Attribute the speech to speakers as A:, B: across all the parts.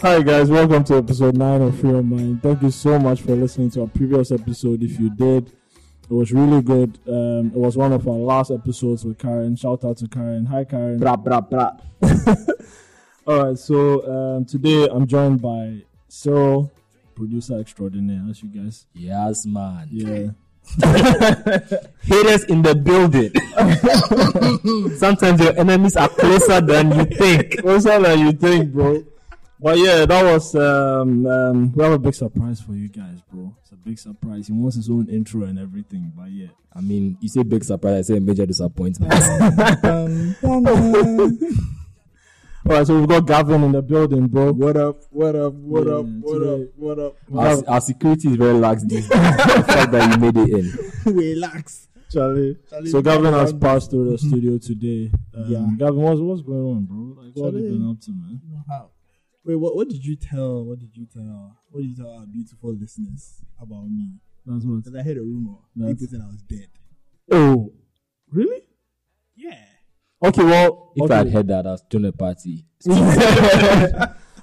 A: Hi guys, welcome to episode 9 of Free Your Mind. Thank you so much for listening to our previous episode. If you did, it was really good. Um, it was one of our last episodes with Karen. Shout out to Karen. Hi Karen.
B: Bra, bra, bra.
A: All right, so um, today I'm joined by Cyril, producer extraordinaire, as you guys.
B: Yes, man.
A: Yeah.
B: Haters in the building. Sometimes your enemies are closer than you think.
A: What's up that you think, bro? But yeah, that was um, um we have a big surprise for you guys, bro. It's a big surprise. He wants his own intro and everything, but yeah.
B: I mean, you say big surprise, I say major disappointment.
A: Alright, so we've got Gavin in the building, bro.
C: What up? What up? What
A: Yeah,
C: up? What
A: today-
C: up? What up?
B: our, our security is very lax these days. the fact that you made it in.
C: Relax.
A: Charlie.
C: Charlie,
A: so
C: you
A: Gavin
C: got
A: has
C: one.
A: passed through the studio today. Um,
C: Yeah.
A: Gavin, what's what's going on, bro? Like, what have you
C: Charlie.
A: been up to, man?
C: Wow. Wait, what, what did you tell? What did you tell? What did you tell our beautiful listeners about me?
A: That's what.
C: Because I heard a rumor.
A: That's-
C: People said I was dead.
A: Oh, really?
C: Yeah.
A: Okay, well,
B: If
A: okay.
B: I had heard that, I was doing a party.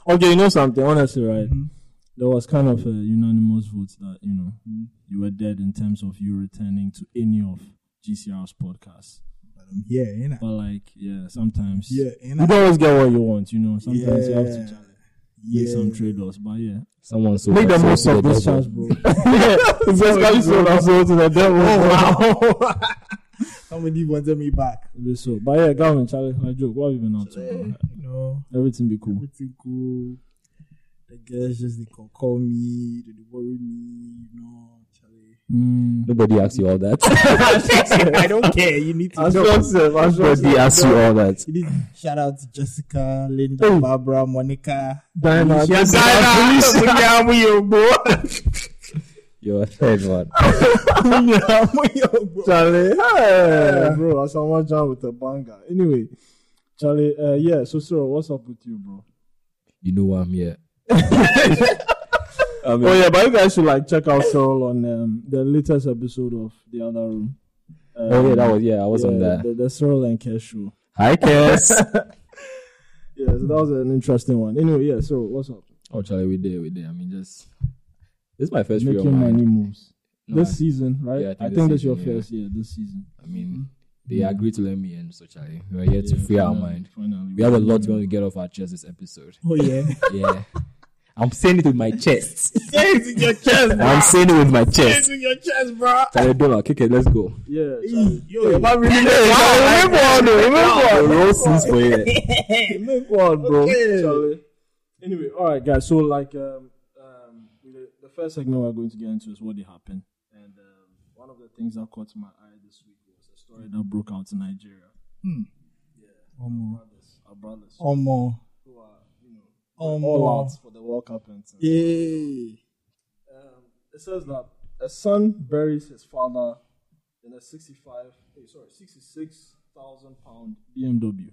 A: okay, you know something, honestly, right?
C: Mhm.
A: There was kind of a unanimous vote that, you know, you were dead in terms of you returning to any of GCR's podcasts.
C: But I'm here, ain't I?
A: But, like, yeah, sometimes
C: Yeah, ain't
A: Oh, you
C: I?
A: don't always get what you want, you know. Sometimes you have to
C: Yeah.
A: ch- make some trade offs, but yeah.
B: Someone so
A: Make the most of this
B: devil.
A: chance, bro. It's just like you sold our soul to the devil.
C: Oh, wow. Somebody wanted me back.
A: Be so. But yeah, Gavin, Charlie, I joke. What have you been up to? bro?
C: No.
A: Everything be cool.
C: Everything cool. The girls just they call, call me, they worry me, you know, Charlie.
A: Mm.
B: Nobody asks you all that.
C: I don't care. You need to know.
B: Nobody asks you all that.
C: You need shout out to Jessica, Linda,
B: Oh.
C: Barbara, Monica.
A: Diana,
C: Yes,
B: You're a third one.
A: Charlie, hey, bro, as someone jump with a banger. Anyway, Charlie, uh, yeah. So, sir, what's up with you, bro?
B: You know why I'm here. I mean,
A: Oh yeah, but you guys should like check out Cyril on um, the latest episode of the other room. Um,
B: Oh yeah, that was yeah. I was
A: yeah,
B: on that.
A: The, the Cyril and Kes show.
B: Hi, Kes.
A: Yeah, so that was an interesting one. Anyway, yeah. So, what's up?
B: oh, Charlie, we did, we did. I mean, just this is my first real
A: Making
B: mind.
A: money moves
B: No,
A: this
B: I,
A: season, right?
B: yeah, I
A: I
B: think
A: think, this
B: this
A: is your
B: season, yeah.
A: first year this season.
B: I mean, they agreed to let me in, so Charlie, we're here to free our mind.
A: Finally,
B: We have a lot we want to get off our chest this episode.
C: Oh yeah.
B: Yeah, I'm saying it with my chest.
C: Say it in your chest, bro.
B: I'm saying it with my
C: Say it
B: chest.
C: in your chest, bro.
B: Charlie, don't know, kick it. Let's go.
A: Yeah, Charlie.
C: Yo, you're about
B: Hey, Charlie, remember, remember, remember.
A: Make one, bro.
C: Okay.
A: Charlie. Anyway, all right, guys. So, like, um, um, the, the first segment we're going to get into is what did happen, and um, one of the things that caught my eye this week was a story that broke out in Nigeria.
C: Omo.
A: Our brothers
C: Omo.
A: who are, you know, all out
C: Omo.
A: for the World Cup and things.
C: Yay.
A: Um, it says that a son buries his father in a 65, hey, sorry, 66,000 pound BMW.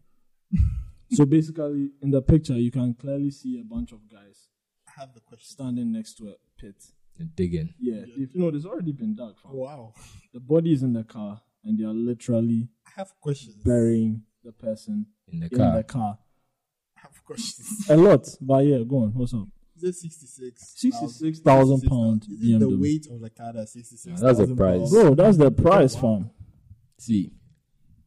A: so basically, in the picture, you can clearly see a bunch of guys
C: I have the question.
A: standing next to a pit.
B: Digging.
A: Yeah, if you know, there's already been dark.
B: Oh,
A: fam.
C: Wow.
A: The body is in the car, and they are literally
C: I have questions. I
A: burying the person
B: In the
A: in
B: car.
A: the car.
C: have questions.
A: A lot, but yeah, go on. What's up?
C: Is it 66?
A: 66,000 pound
C: Is it the
A: BMW.
C: weight of the car that's 66?
B: Yeah, that's the price.
A: Bro, that's the price, fam.
B: See,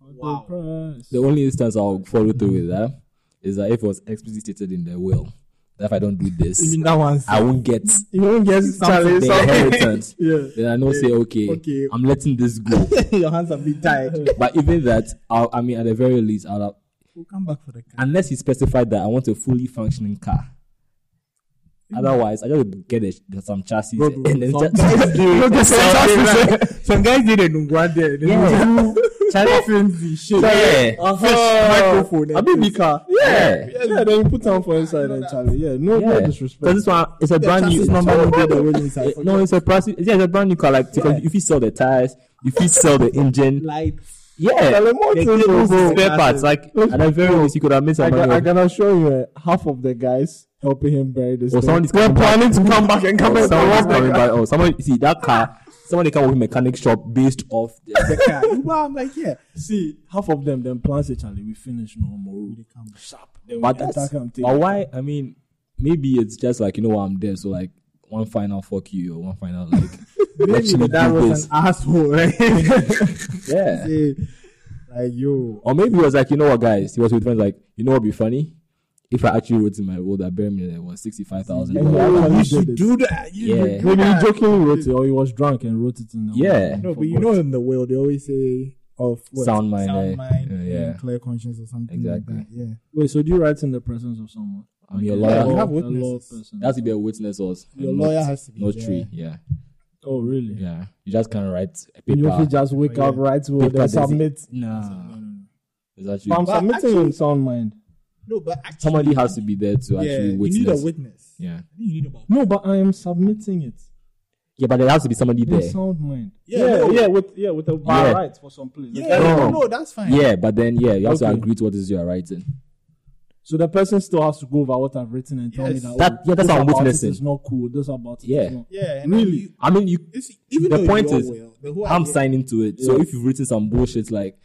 C: Wow.
A: The price.
B: the only instance I'll follow through with that is that if it was explicitly stated in the will that if I don't do this,
C: Even that one's
B: I won't get the
A: You don't get
C: Something
B: inheritance.
A: Yeah.
B: Then I know say okay,
C: Okay.
B: I'm letting this go.
C: your hands have been tied.
B: but even that, I'll, I mean, at the very least, I'll have,
C: we'll come back for the car.
B: unless he specified that I want a fully functioning car. Otherwise, I just get a, some chassis
C: Mm. Bro, bro,
B: and
C: some-
B: then just,
C: Some guys did a Nungwa there. They
B: Yeah.
C: do FMZ shit.
B: Yeah.
C: Uh-huh. microphone. eh,
A: I mean, car.
B: yeah.
A: Yeah, then you put on for inside and Charlie. Yeah, no, no
B: Yeah.
A: disrespect.
B: this one, it's a brand new.
C: chassis
B: It's
C: number
B: not
C: will be the one inside.
B: It- no, it's a process. Yeah, it's a brand new car. Like, because if you sell the tires, if you sell the engine,
C: Lights.
B: yeah,
A: Tell him what to
B: the
A: do,
B: cables,
A: bro.
B: the spare parts. Like,
A: Look,
B: at the very least, you could have made
A: I,
B: some
A: can,
B: money.
A: I
B: off-
A: can assure you, uh, half of the guys helping him bury this.
B: Or
A: thing.
B: someone is coming back.
A: to come back and
B: Or
A: back.
B: someone is coming back. Or someone, you see that car. Someone they come with mechanic shop based off. The,
C: The car. Well, I'm like, yeah.
A: See, half of them then plans it, Charlie. We finish no more.
C: They come.
A: Sharp. Then
B: but
A: we
B: that's,
A: attack him.
B: but why? I mean, maybe it's just like you know why I'm there. So like one final fuck you or one final like
C: Maybe
B: actually
C: that
B: do
C: was
B: this.
C: an asshole, right?
B: yeah.
C: Say, like yo,
B: Or maybe he was like, you know what, guys? He was with friends like, you know what would be funny? If I actually wrote in my will that bare minimum was $65,000.
A: Yeah.
C: you
A: did
C: should
A: it.
C: do that. You
B: Yeah.
C: should do
A: Maybe he
C: that.
A: jokingly wrote it, or he was drunk and wrote it in. the-
B: Yeah.
C: No, but you know, in the world, they always say of what?
B: Sound mind, eh?
C: sound mind,
B: Yeah,
C: and
B: yeah.
C: clear conscience, or something
B: Exactly.
C: like that. Yeah,
A: Wait, so do you write in the presence of someone?
B: I'm your
C: Yeah,
B: lawyer.
C: you have
A: A
C: witnesses.
A: law person.
B: That has to be a witness or
C: your
B: and
C: lawyer
B: not,
C: has to be
B: not
C: there.
B: tree. Yeah.
A: Oh, really?
B: Yeah. You just can't write a
A: You
B: paper.
A: usually just wake
C: Oh, yeah.
A: up, right? Will
B: Paper
A: then
B: does it.
A: submit.
B: nah. It's
A: But I'm
B: actually,
A: submitting
C: actually-
A: in sound mind.
C: No, but actually,
B: somebody has to be there to
C: yeah,
B: actually
C: you need a
B: witness.
C: witness.
B: yeah.
C: I think you need about
A: No, but I am submitting it
B: Yeah, but there has to be somebody
A: in
B: there.
A: sound mind.
C: Yeah,
A: yeah,
C: no.
A: yeah, with yeah with a bar
B: Yeah.
A: right for some place.
C: Yeah,
B: Oh.
C: no, that's fine.
B: Yeah, but then yeah, you have to
A: Okay.
B: agree to what it is you are writing.
A: So the person still has to go over what I've written and tell
C: Yes.
A: me that,
B: That-
A: oh,
B: yeah,
A: this
B: that's what I'm
A: about it
B: witnessing.
A: is not cool. This about it is
B: Yeah.
A: not-
C: yeah,
A: Really?
C: really.
B: I mean, you
C: It's, even
B: The
C: though
B: point
C: you are
B: is,
C: well, the whole
B: I'm
C: idea-
B: signing to it. So if you've written some bullshit like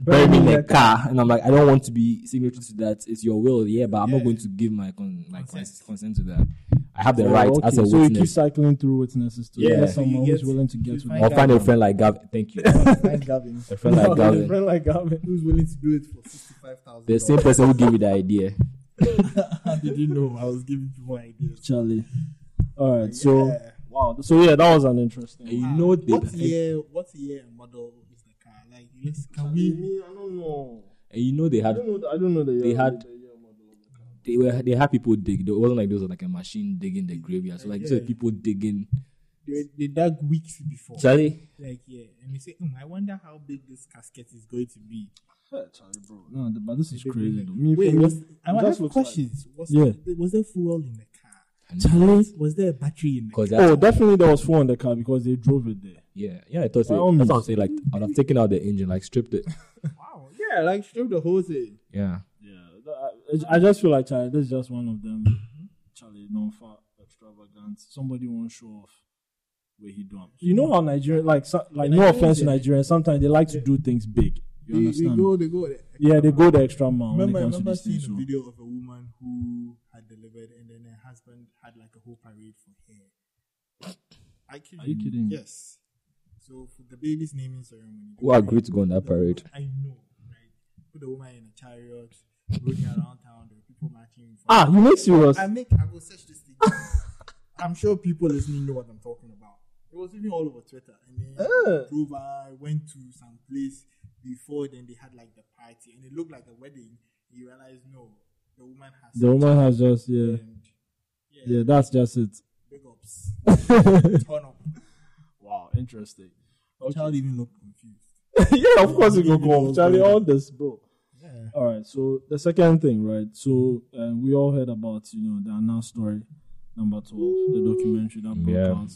A: Bury
B: bury me in
A: me
B: a car, and I'm like, I don't want to be signatory to that. It's your will, yeah, but I'm
C: Yeah.
B: not going to give my con- my consent.
C: Consent.
B: consent to that. I have the
A: Oh,
B: right
A: okay.
B: as a
A: so you keep
B: witness.
A: cycling through witnesses to
C: Yeah.
A: get
C: So you
A: someone who's
C: get-
A: willing to get
C: you
A: with
C: find
A: me.
B: Or find a friend like Gavin. Thank you. a
C: Thank Gavin.
B: friend like
A: A
B: Gavin.
A: friend like Gavin.
C: Who's willing to do it for sixty-five thousand?
B: The same person who gave you the idea.
C: Did you know I was giving people ideas?
A: Charlie. All right. So
C: Yeah.
A: wow. So yeah, that was an interesting.
B: You
A: one.
B: know the,
C: what year? What year and model is the car? Like, let's can
A: Me,
C: we?
A: me, I don't know.
B: and you know they
A: I
B: had
A: don't know. the- I don't know the year.
B: They had-
A: the year model of the car.
B: they were they had people dig. It wasn't like those were like a machine digging the graveyard. So like these were
C: Yeah.
B: people digging.
C: They, they dug weeks before.
B: Charlie,
C: Like, yeah, and we say, "Hmm, I wonder how big this casket is going to be.
A: Yeah, Charlie, bro. No, the- but this is
C: They-
A: crazy.
C: they-
A: though. Me,
C: Wait,
A: for me,
C: was I
A: it
C: want
A: just
C: to have
A: looks like-
C: questions? Was,
A: Yeah.
C: was there fuel in the car?
A: Charlie.
C: Was there a battery in the car?
B: because
A: Oh, definitely there was four in the car because they drove it there.
B: yeah, yeah. I thought
A: By all
B: so. that's what I'm
A: means.
B: saying. Like I'd have taken out the engine, like stripped it.
C: Wow, yeah, like strip the whole thing.
B: Yeah.
A: Yeah, that- I, I just feel like Charlie. This is just one of them. Charlie, non fat extravagant. Somebody won't show off where he don't. You know how Nigerian, like, so, like no
C: Nigerians,
A: offense to
C: yeah.
A: Nigerians, sometimes they like to do things big. You
C: They, they
A: understand?
C: go, they go. There.
A: yeah, they go the extra mile when it
C: Remember, I
A: comes to
C: remember
A: these
C: seeing
A: things.
C: a
A: So.
C: video of a woman who had delivered, and then her husband had like a whole parade for her. I kid
A: Are you kidding?
C: Yes. So for the baby's naming ceremony,
B: Who agreed to go on that
C: the woman-
B: parade?
C: I know, right? Put the woman in a chariot, rolling around town. There were people marching. for-
A: Ah, you make serious.
C: I make. I will search this thing. I'm sure people listening know what I'm talking about. It was even all over Twitter. And then
A: Eh.
C: drove I went to some place before. Then they had like the party, and it looked like a wedding. You realize no, the woman has
A: The woman has just yeah,
C: and yeah,
A: yeah. That's just it.
C: big ups, turn up.
A: Wow, interesting.
C: Child even looked confused.
A: yeah, of course it will go off, Charlie. All this, bro.
C: Yeah.
A: All right. So the second thing, right? So um, we all heard about you know the announced story number twelve, the documentary that broke
B: Yeah.
A: out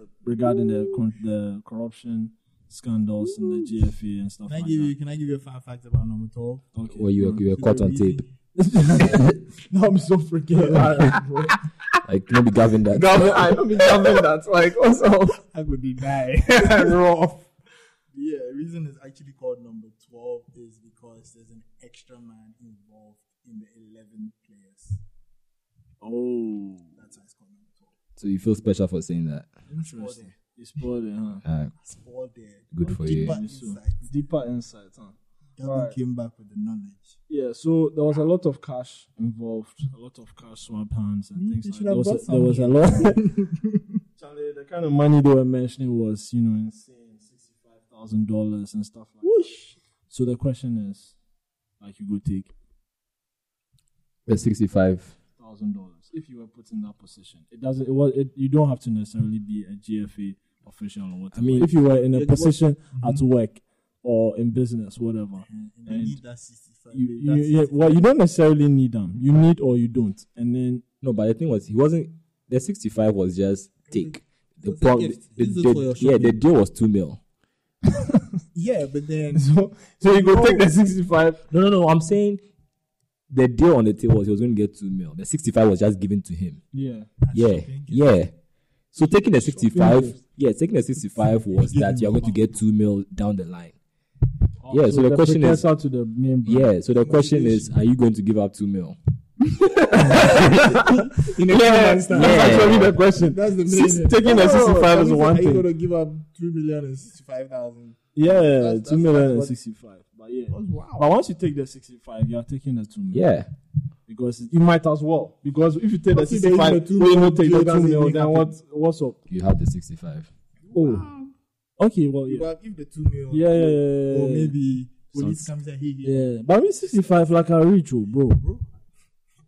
A: uh, regarding the con- the corruption scandals in the GFA and stuff
C: Can I
A: like
C: give you?
A: that.
C: Can I give you a fun fact about number twelve?
A: Okay.
B: Or you were, you were
C: She's
B: caught
C: a
B: on tape.
C: reason-
A: no, I'm so freaking embarrassed, bro.
B: Like maybe Gavin that.
A: Gavin, I don't mean Gavin. That's like what's up?
C: I could deny.
A: Raw.
C: Yeah, the reason it's actually called number 12 is because there's an extra man involved in the 11 players.
A: Oh,
C: That's why it's called number 12.
B: So you feel special for saying that.
A: interesting. It's spoiling, huh?
B: Uh,
C: It's all there.
B: Good for you.
C: Deeper
A: So,
C: insight.
A: Deeper insights, huh?
C: Gavin
A: Alright.
C: came back with the knowledge.
A: Yeah, so there was a lot of cash involved, a lot of cash swap hands and
C: You
A: things
C: should
A: like that.
C: have
A: There was,
C: bought
A: a, there was a
C: some.
A: lot. Charlie, the kind of money they were mentioning was, you know, insane, sixty-five thousand dollars and stuff like. that.
C: Whoosh!
A: So the question is, like, you go take
B: the 65.
A: thousand dollars if you were put in that position. It doesn't. It was. It, you don't have to necessarily be a GFA official or whatever. I
B: mean-
A: mean, Mm-hmm. if you were in
C: Yeah,
A: a
C: it was-
A: position at work or in business, whatever.
C: And they
A: And
C: need that 65.
A: You,
C: babe,
A: you,
C: that
A: yeah, well, you don't necessarily need them. You need or you don't, and then
B: No, but the thing was, he wasn't. The 65 was just take. The
C: It's a
B: problem,
C: gift.
B: the,
C: This is
B: the-
C: for your
B: yeah, the
C: shopping.
B: deal was two mil.
C: yeah, but then
A: So, so you go take the 65.
B: Oh. No, no, no. I'm saying the deal on the table was he was going to get two mil. The 65 was just given to him.
A: Yeah.
B: Yeah,
C: shopping gift.
B: yeah. So taking the 65,
A: gift.
B: yeah, taking the 65 was
C: Give
B: that
C: him
B: you're going to
C: amount.
B: get two mil down the line. Yeah, so the question is-
A: precursor to the main brand.
B: Yeah. So the question is, are you going to give up two mil? In a
A: yeah, that's actually the question.
C: That's the
A: Six-
C: million.
A: taking
C: No,
A: a 65
C: Oh, that
A: is
C: means
A: one
C: Are you
A: thing.
C: going to give up 3 million and 65,000?
A: Yeah,
C: That's-
A: two
C: that's
A: million and
C: what-
A: sixty-five. But yeah,
C: Oh, wow.
A: but once you take the sixty-five, you are taking the two million.
B: Yeah.
A: because you might as well. Because if you take the
C: What if they give
A: sixty-five,
C: the two
A: then you don't take
C: million,
A: the two
C: that doesn't
A: million.
C: make
A: Then
C: happen.
A: what? What's up?
B: You have the 65.
A: Oh, okay. Well,
C: You
A: yeah,
C: got- If the 2 million.
A: yeah, yeah, yeah, yeah.
C: Or maybe police
B: Sounds-
C: comes and he, he.
A: yeah. But I mean, sixty-five like a rich, oh, bro.
C: Bro,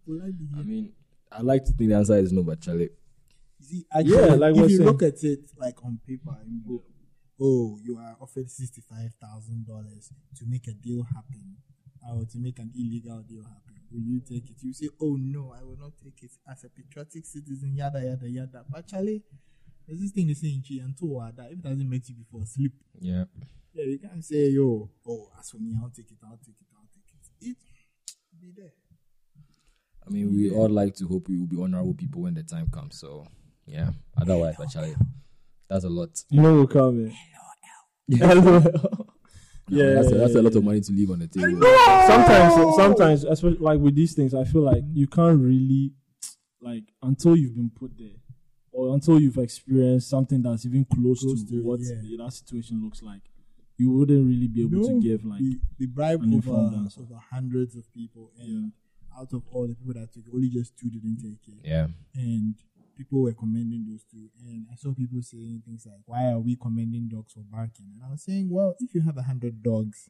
C: will I be
B: I mean, I like to think the answer is no, but Charlie.
C: You see, actually,
A: Yeah, like
C: if
A: we're
C: you
A: saying.
C: look at it like on paper, you go, oh, you are offered sixty-five thousand dollars to make a deal happen, or to make an illegal deal happen. Will you take it? You say, oh no, I will not take it as a patriotic citizen. Yada yada yada. But Charlie, there's this thing they say in Chi until that if it doesn't make you before sleep,
B: Yeah.
C: yeah, you can't say yo, oh, as for me, I'll take it, I'll take it, I'll take it. It be there.
B: I mean, we all like to hope we will be honorable people when the time comes. So, yeah. Otherwise, but Charlie, that's a lot.
A: You know, we'll come in. LOL.
B: No,
A: Yeah,
B: that's, a,
A: yeah,
B: that's
A: yeah,
B: a lot of money to leave on the table.
A: sometimes sometimes especially like with these things i feel like you can't really like until you've been put there or until you've experienced something that's even close,
C: Close
A: to,
C: to it,
A: what
C: yeah.
A: that situation looks like you wouldn't really be able to
C: No,
A: give like
C: the, the bribe
A: an informed
C: over,
A: answer.
C: over hundreds of people, and out of all the people that took, it, only just two didn't take it,
B: Yeah.
C: and people were commending those two. And I saw people saying things like, "Why are we commending dogs for barking?" And I was saying, "Well, if you have a hundred dogs,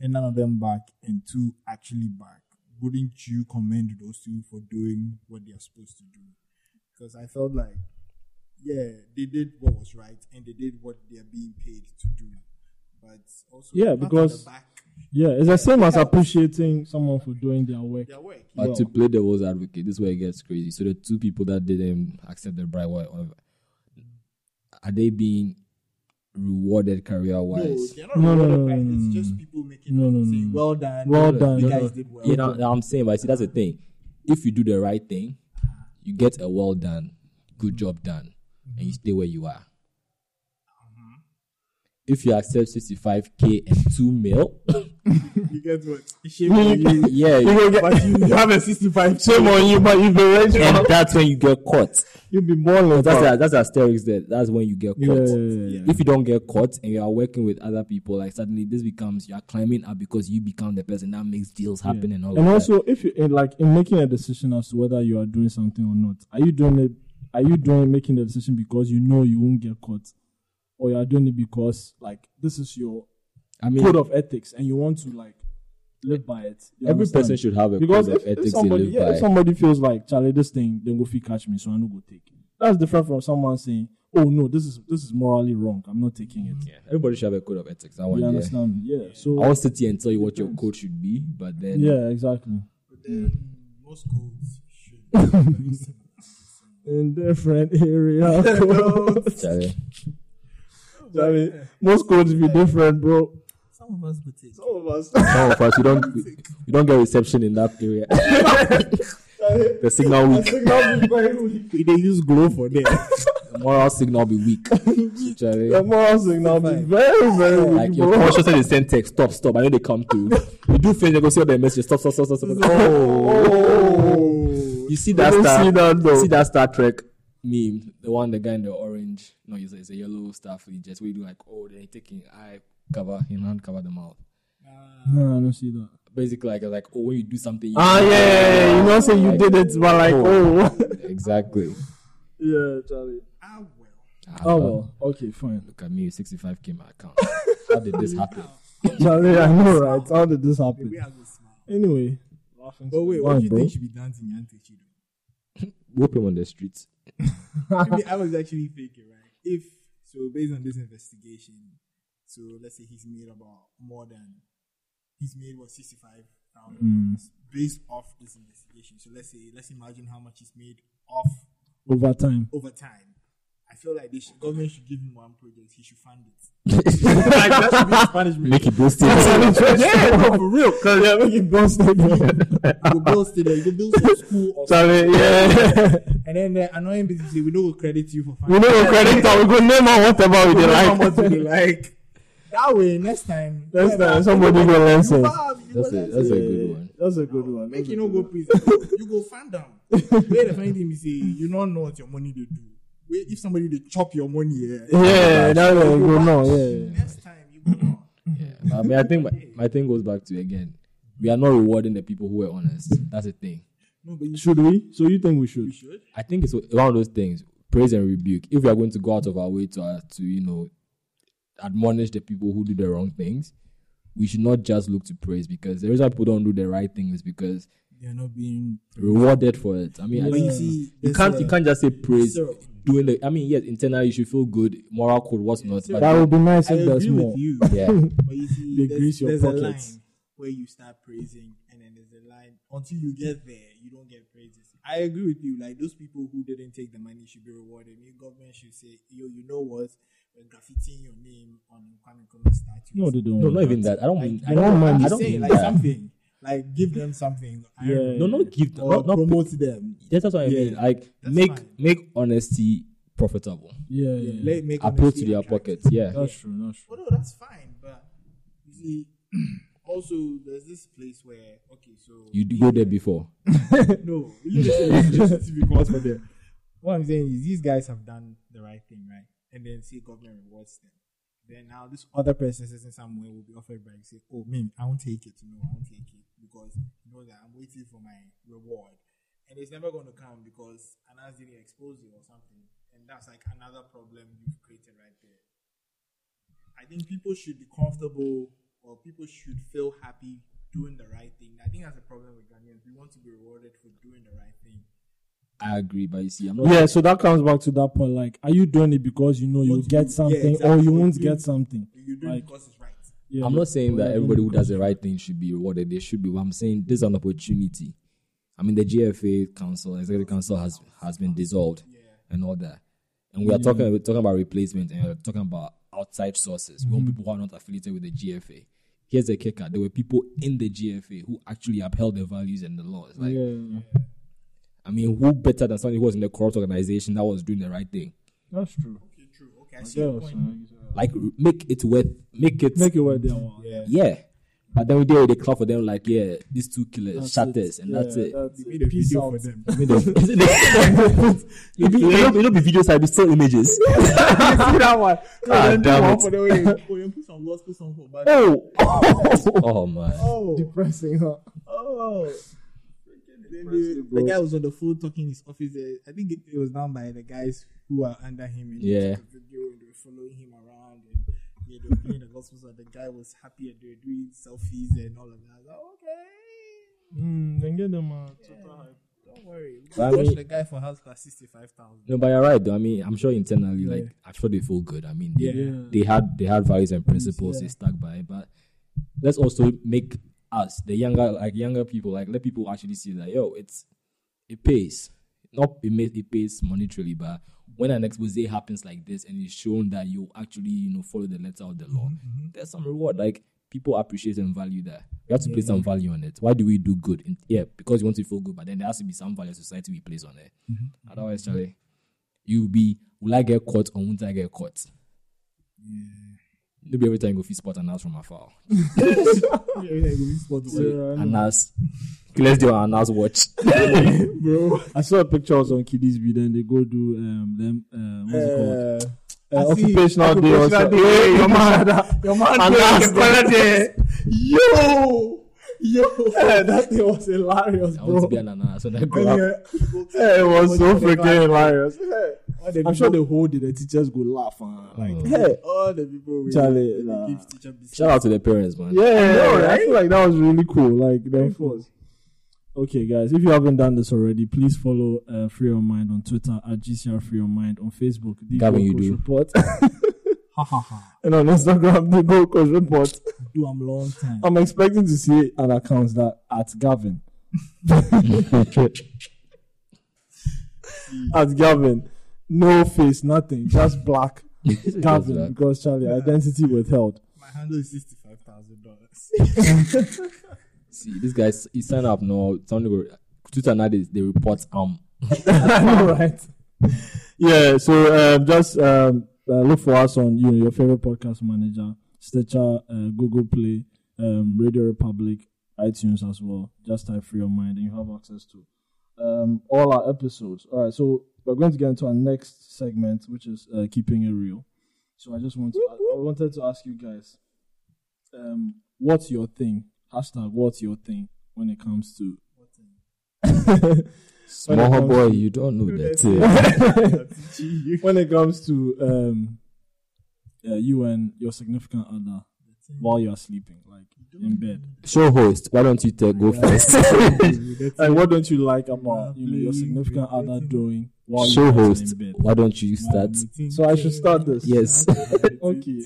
C: and none of them bark, and two actually bark, wouldn't you commend those two for doing what they are supposed to do?" Because I felt like, yeah, they did what was right, and they did what they are being paid to do. But also,
A: Yeah,
C: pat on the
A: because-
C: back,
A: yeah it's the same as appreciating someone for doing their work
C: their work.
B: But
A: Well-
B: to play devil's advocate, this is where it gets crazy. So the two people that didn't accept the bribe, what- what- are they being rewarded career
C: No,
B: wise?
C: they're not
A: No, no,
C: rewarded
A: no,
C: by it.
A: no, no,
C: It's
A: no.
C: just people making
A: No,
C: up
A: no,
C: and
A: no,
C: saying,
A: no.
C: well done.
A: Well
C: you
A: done.
C: You
A: No,
C: guys
A: no.
C: did well.
B: You know, I'm saying, but see, that's the thing. If you do the right thing, you get a well done, good job done, and you stay where you are.
A: Mm-hmm.
B: If you accept 65k and two mil,
C: you get what? It's shame on you.
B: yeah,
C: But you have a 65
A: shame on you but you've been rich
B: and that's when you get caught.
A: you'll be more like
B: That's a, that's the asterisk there. That's when you get
A: yeah,
B: caught.
A: yeah, yeah, yeah.
B: If you don't get caught and you are working with other people, like suddenly this becomes you are climbing up because you become the person that makes deals happen and all.
A: and
B: of
A: also if you in, like in making a decision as to whether you are doing something or not are you doing it are you doing making the decision because you know you won't get caught or you are doing it because like this is your
B: that. I mean,
A: code of ethics and you want to like live by it you
B: every
A: understand?
B: person should have a
A: because
B: code
A: if,
B: of
A: if
B: ethics they
A: somebody
B: live
A: yeah, if
B: by.
A: somebody feels like charlie this thing then go fee catch me so i no go take it that's different from someone saying oh no this is this is morally wrong i'm not taking it
B: Yeah, everybody should have a code of ethics. I want
A: you
B: yeah.
A: understand me? yeah so
B: I won't sit here and tell you what your code should be, but then
A: yeah exactly
C: But then most codes should be very similar.
A: in different area
B: Charlie,
A: I mean, most codes be different, bro.
C: Some of us would take.
A: Some of us.
B: some of us we don't we, we don't get reception in that area. the signal weak,
C: They use glow for that.
B: the moral signal be weak. So, Charlie,
A: The moral signal be very, very weak,
B: like your
A: bro.
B: conscious is send text stop stop. I know they come through. You do finish, they go see all the messages stop stop stop stop. stop. Oh.
A: Oh.
B: You see
A: I
B: that
A: don't
B: Star,
A: see that, though.
B: see that Star Trek meme, the one the guy in the orange, no, it's a, it's a yellow stuff. He just we do like, oh, they're taking eye cover, you know, and cover the mouth.
A: No, I don't see that.
B: Basically, like, like oh, when you do something, you
A: Ah, yeah, yeah, yeah. You know, say you did it, but like, oh.
B: exactly.
A: yeah, Charlie.
C: ah, well.
A: Oh, well. Okay, fine.
B: Look at me, 65 came my account. How did this happen?
A: Charlie, I know, right? How did this happen?
C: We are going to smile.
A: Anyway.
C: But wait, what
A: Why,
C: do you
A: bro?
C: think should be done to Nyante Chido?
B: Whoop him on the streets.
C: Maybe I was actually thinking, right? If so, based on this investigation, so let's say he's made about more than he's made what sixty five thousand dollars based off this investigation. So let's say let's imagine how much he's made off
A: Over time.
C: over time. I feel like the government should give him one project. He should fund it.
B: Make
C: Like that should be his punishment.
B: it boost
A: yeah, for real. Cause yeah, make it bounce like that.
C: Go build today. Go build some school. Or
A: Charlie, yeah.
C: And then the annoying business say we don't go credit you for
A: we
C: funding.
A: know we credit and we go name out whatever we dey
C: How
A: like.
C: much you like? That way, next time.
A: Next
C: whoever-
A: time, somebody
C: whoever-
A: go learn sense.
C: whoever you
B: That's
C: go
B: it.
C: learn
B: That's
C: sense.
B: a good one.
A: That's a good one.
C: Make
A: That's a
C: you no
A: good
C: go
A: one.
C: prison. you go find down. Where the funny thing be say you don't know what your money they do. Where if somebody they chop your money, yeah.
A: Yeah, that's a
C: You
A: good one.
C: back.
A: Yeah.
C: Next time you go on.
B: Yeah. I mean, I think my, my thing goes back to again, we are not rewarding the people who were honest. That's the thing.
C: No, but you
A: Should we? So you think we should?
C: should.
B: I think it's one of those things, praise and rebuke. If we are going to go out of our way to uh, to you know admonish the people who do the wrong things, we should not just look to praise because the reason people don't do the right thing is because
C: They are not being.
B: rewarded for it. I mean, I
C: But
B: think
C: you see,
B: you
C: there's
B: can't
C: a-
B: you can't just say praise.
C: So-
B: Doing the, I mean, yes, internally you should feel good, moral code, what's not.
C: so-
B: But
A: That would be nice
C: I
A: if there's
C: agree
A: more.
C: with you.
B: yeah,
C: But you see,
A: They
C: there's,
A: grease your
C: there's
A: pockets.
C: a line where you start praising, and then there's a line until you get there, you don't get praises. I agree with you. Like those people who didn't take the money should be rewarded. New government should say, yo, you know what? We're graffiting your name on Kwame Nkrumah statue.
A: No, they don't.
B: no, not even that. I don't
C: Like,
B: mean.
C: you
B: I
C: know,
B: don't.
A: mind
B: I
C: I'm
B: don't
C: saying
B: mean
C: like
B: that.
C: something. Like give them something. I
A: Yeah.
C: don't know.
B: No, not give.
C: Or
B: Not, not
C: promote them.
B: That's what I
C: Yeah,
B: mean. Like
C: that's
B: make
C: fine.
B: make honesty profitable.
A: Yeah,
C: Yeah,
A: yeah.
C: let it make
B: Appeal
C: honesty
B: to their
C: attractive.
B: pockets. Yeah.
A: That's true. That's true.
C: Well, no, that's fine, but you see, also there's this place where okay, so
B: You do go there before.
C: no, we literally just TV calls for them. What I'm saying is these guys have done the right thing, right? And then see government rewards them. Then now this other person sitting somewhere will be offered by you say, Oh man, I won't take it. No, I won't take it because you know that I'm waiting for my reward. And it's never gonna come because Anas didn't expose you or something. And that's like another problem you've created right there. I think people should be comfortable or people should feel happy doing the right thing. I think that's a problem with Ghanaians. We want to be rewarded for doing the right thing.
B: I agree, but you see, I'm not.
A: Yeah, so that comes back to that point. Like, are you doing it because you know you'll
C: Want to-
A: get
C: yeah,
A: something or
C: exactly.
A: you
C: What
A: won't
C: you-
A: get something?
C: You do
A: Like-
C: it because it's right.
A: Yeah,
B: I'm
A: but-
B: not saying
A: Yeah,
B: that everybody who
A: because-
B: does the right thing should be rewarded. They should be. But I'm saying this is an opportunity. I mean, the GFA Council, Executive Council has has been dissolved and all that. And we are talking we're talking about replacement and we're talking about outside sources. We want
A: Mm-hmm.
B: people who are not affiliated with the GFA. Here's the kicker: there were people in the GFA who actually upheld the values and the laws. Like,
A: yeah,
B: I mean, who better than somebody who was in a corrupt organization that was doing the right thing?
A: that's true.
C: Okay, true. Okay, I
A: I
C: see your
A: guess,
C: point.
A: uh,
B: Like, r- make it worth, make it,
A: Make it worth their while.
C: Yeah.
B: yeah. But then we did the club for them, like, yeah, these two killers,
A: That's
B: shut
A: it.
B: this, and
A: Yeah,
B: that's it.
A: That's
C: We made a
A: it. Peace
C: video
A: out.
C: for them.
B: I mean, the- it be- it don't it don't be videos, it'll be still images.
A: that one.
B: God damn it.
C: oh, you put some gospel song for back.
B: Oh, oh man.
C: Oh,
A: Depressing, huh?
C: oh. Then the, the guy was on the phone talking in his office. There. I think it, it was done by the guys who are under him. And
B: Yeah.
C: they took the video and they were following him around. And yeah, they were playing the gospel song. The guy was happy and they were doing selfies and all of that. I was like, okay.
A: Mm, then get them uh, super hype.
C: Don't worry.
B: But I
C: Watch
B: mean-
C: the guy for house class 65,000.
B: No, but you're right. Though. I mean, I'm sure internally, like, I'm sure they feel good. I mean, they,
A: Yeah.
B: they had they had values and principles they stuck by. But let's also make us the younger, like younger people, like let people actually see that yo, it's it pays. Not it may, it pays monetarily, but when an expose happens like this and it's shown that you actually you know follow the letter of the law, there's some reward. Like people appreciate and value that. We have to place some value on it. Why do we do good? In, yeah, because we want to feel good, but then there has to be some value society we place on it. Otherwise, Charlie, you'll be will I get caught or won't I get caught? It'll be every time you go fit spot and ask from afar.
A: Yeah, I
B: And
A: know.
B: ask let's do an ask watch.
C: Bro.
A: I saw a picture of some kiddies be then they go do um them uh, what's it called? Uh,
C: I see.
A: occupational day or
C: Occupational
A: something.
C: day.
A: Yeah, your man,
C: Your man
A: And
C: was
A: that's-
C: Yo! Yo!
A: that thing was hilarious,
B: I want to
A: bro.
B: be an ananas when I grow up.
C: Yeah.
A: Yeah, it was so freaking hilarious.
C: All the
A: I'm sure
C: people-
A: the whole day the teachers go laugh. Uh, like,
B: Oh.
A: hey,
C: all the people we
A: Charlie,
C: we
A: nah.
C: give teacher biscuits.
B: Shout out to the parents, man.
A: Yeah, I feel like that was really cool. Like the force. Okay, guys, if you haven't done this already, please follow uh, Free Your Mind on Twitter at GCR Free Your Mind on Facebook. The
B: Gavin,
A: Gold
B: you
A: Coast
B: do.
A: report
C: Ha ha ha.
A: and on Instagram the Gold Coast report.
C: Do I'm long time.
A: I'm expecting to see an account that at Gavin at Gavin, no face, nothing, just black Gavin
B: black.
A: because Charlie identity withheld.
C: My handle is sixty-five thousand dollars.
B: See, this guy he signed up now. Somebody go Twitter now they, they report um
A: I know, right? Yeah, so um, just um, uh, look for us on you know, your favorite podcast manager. Stitcher, uh, Google Play, um, Radio Republic, iTunes as well. Just type Free Your Mind and you have access to um, all our episodes. All right, so we're going to get into our next segment, which is uh, Keeping It Real. So I just want to, I, I wanted to ask you guys, um, what's your thing? Hashtag what's your thing when it comes to
B: Small
A: comes
B: boy,
A: to-
B: you don't know that.
C: Dude,
B: eh.
A: when it comes to um, uh, you and your significant other while you are sleeping, like in bed.
B: Show host, why don't you take go first?
A: Like, what don't you like about you know your
C: Lovely,
A: significant other
C: lovely.
A: doing while you
B: Show
A: guys are
B: host,
A: in bed?
B: why don't you start?
A: So I should start this.
B: Yes.
A: Okay.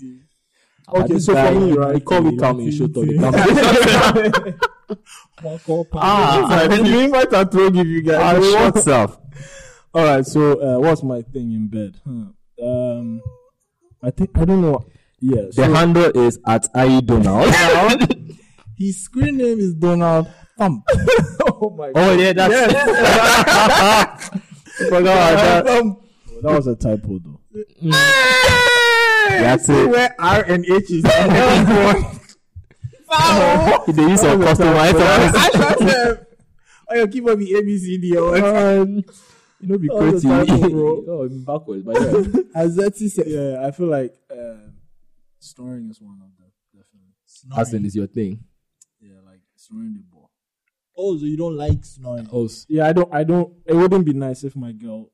B: Ah,
A: Okay,
B: this
A: so for
B: guy,
A: me, right,
B: He call me come in, show talk. he come in.
A: Ah, I mean, might I throw give you guys?
B: Ah, shut up.
A: All right. So uh, what's my thing in bed? Huh. Um, I think I don't know. Yeah.
B: The
A: so-
B: handle is at IE Donald.
C: His screen name is Donald Thump.
A: oh my god.
B: oh yeah, that's Forgot about that.
A: That was a typo though.
B: That's it.
C: Where R and H is.
B: The use of customizer.
C: Oh, your keyboard be A B C D E, or whatever.
B: Um, you know, be
A: All the
B: creative.
A: time, bro.
B: oh, I'm backwards, but yeah.
C: Azati said.
A: Yeah, I feel like um, snoring is one of them. Definitely.
B: Hassan is your thing.
A: Yeah, like snoring the ball.
C: Oh, so you don't like snoring?
B: Oh,
A: Yeah, I don't. I don't. It wouldn't be nice if my girl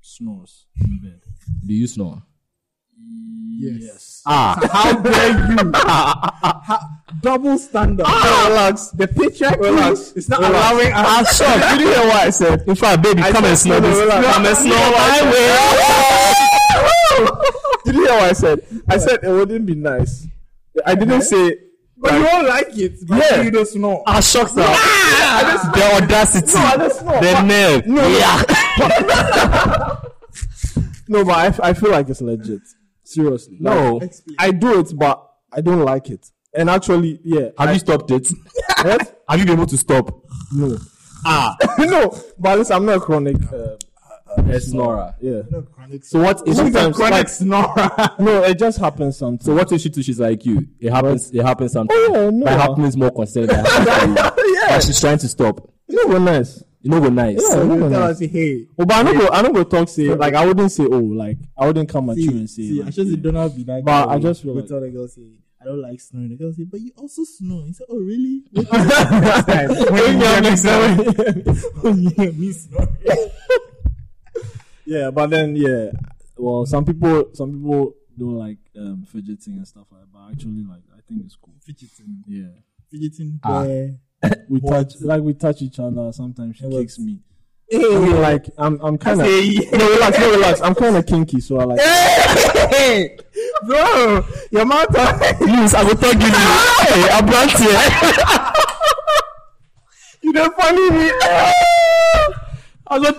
A: snores in bed.
B: do you snore?
A: yes.
B: Ah,
C: How dare you? Ha- double standard.
B: Ah. relax.
C: The picture
B: Relax.
C: is not
B: Relax.
C: allowing us.
B: I'm shocked. You didn't hear what I said. In fact, baby, come and snore this. Come and snore my way.
D: Did you hear what I said? I said
A: It wouldn't be nice.
D: I didn't say.
C: But you don't like it. But
D: Yeah.
C: you don't snore.
B: I'm shocked. now. The audacity. The nerve. Yeah.
A: No, but I f- I, feel like it's legit. Seriously.
B: No.
A: Like, I do it, but I don't like it. And actually, yeah.
B: Have you stopped it?
A: What?
B: Have you been able to stop?
A: No.
B: Ah,
A: no. But listen, I'm not a chronic. Uh,
B: a snorer.
A: yeah.
B: So what is sometimes like,
A: snorer. no, it just happens sometimes.
B: so what if she too she's like you? It happens it happens sometimes.
A: Oh, yeah, no.
B: But it happens more concerned than it happens to you.
A: Yeah.
B: But she's trying to stop.
A: You know, we're nice.
B: You know we're nice.
A: Yeah,
C: You
A: we were
C: tell
A: nice.
C: us, hey.
A: Well, but I don't go. I don't go talk. Say like I wouldn't say oh like I wouldn't come at you and say.
C: see, I
A: like,
C: just
A: yeah.
C: don't have that.
A: But
C: girl.
A: I just feel
C: We
A: like-
C: tell the oh, girl say I don't like snoring. The girl say, but you also snore. He said, oh really? oh yeah, me snoring.
A: yeah, but then yeah. Well, some people some people don't like um, fidgeting and stuff like that. But actually, like I think it's cool.
C: Fidgeting,
A: Yeah,
C: fidgeting.
B: Ah.
C: where-
A: we
C: What?
A: touch like we touch each other. Sometimes she
C: Yeah,
A: kicks me. I mean, like I'm I'm kind of no relax no relax. I'm kind of kinky, so I like
B: Hey, bro, your mouth. Please, I will tell you. Hey, I'm not here. you don't funny me. I will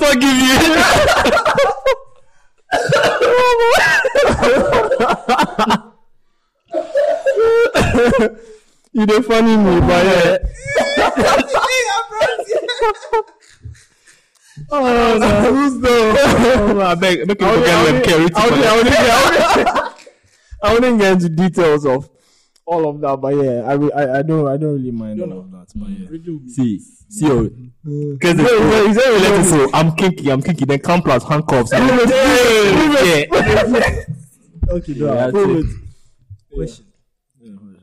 B: tell you.
A: you don't funny me, but yeah.
B: Oh, no. Who's the? I beg, make
A: Oh, I wouldn't-
B: forget we have
A: I wouldn't- I
B: carried.
A: wouldn't get- I wouldn't get into details of all of that, but yeah, I re- I, I don't I don't really mind all of that, but yeah.
B: See, see, oh, because it's so I'm kinky, I'm kinky. Then come plus handcuffs. I'm like, hey, yeah.
A: Okay,
B: Yeah, that's
A: prove
B: it.
A: it.
C: Question.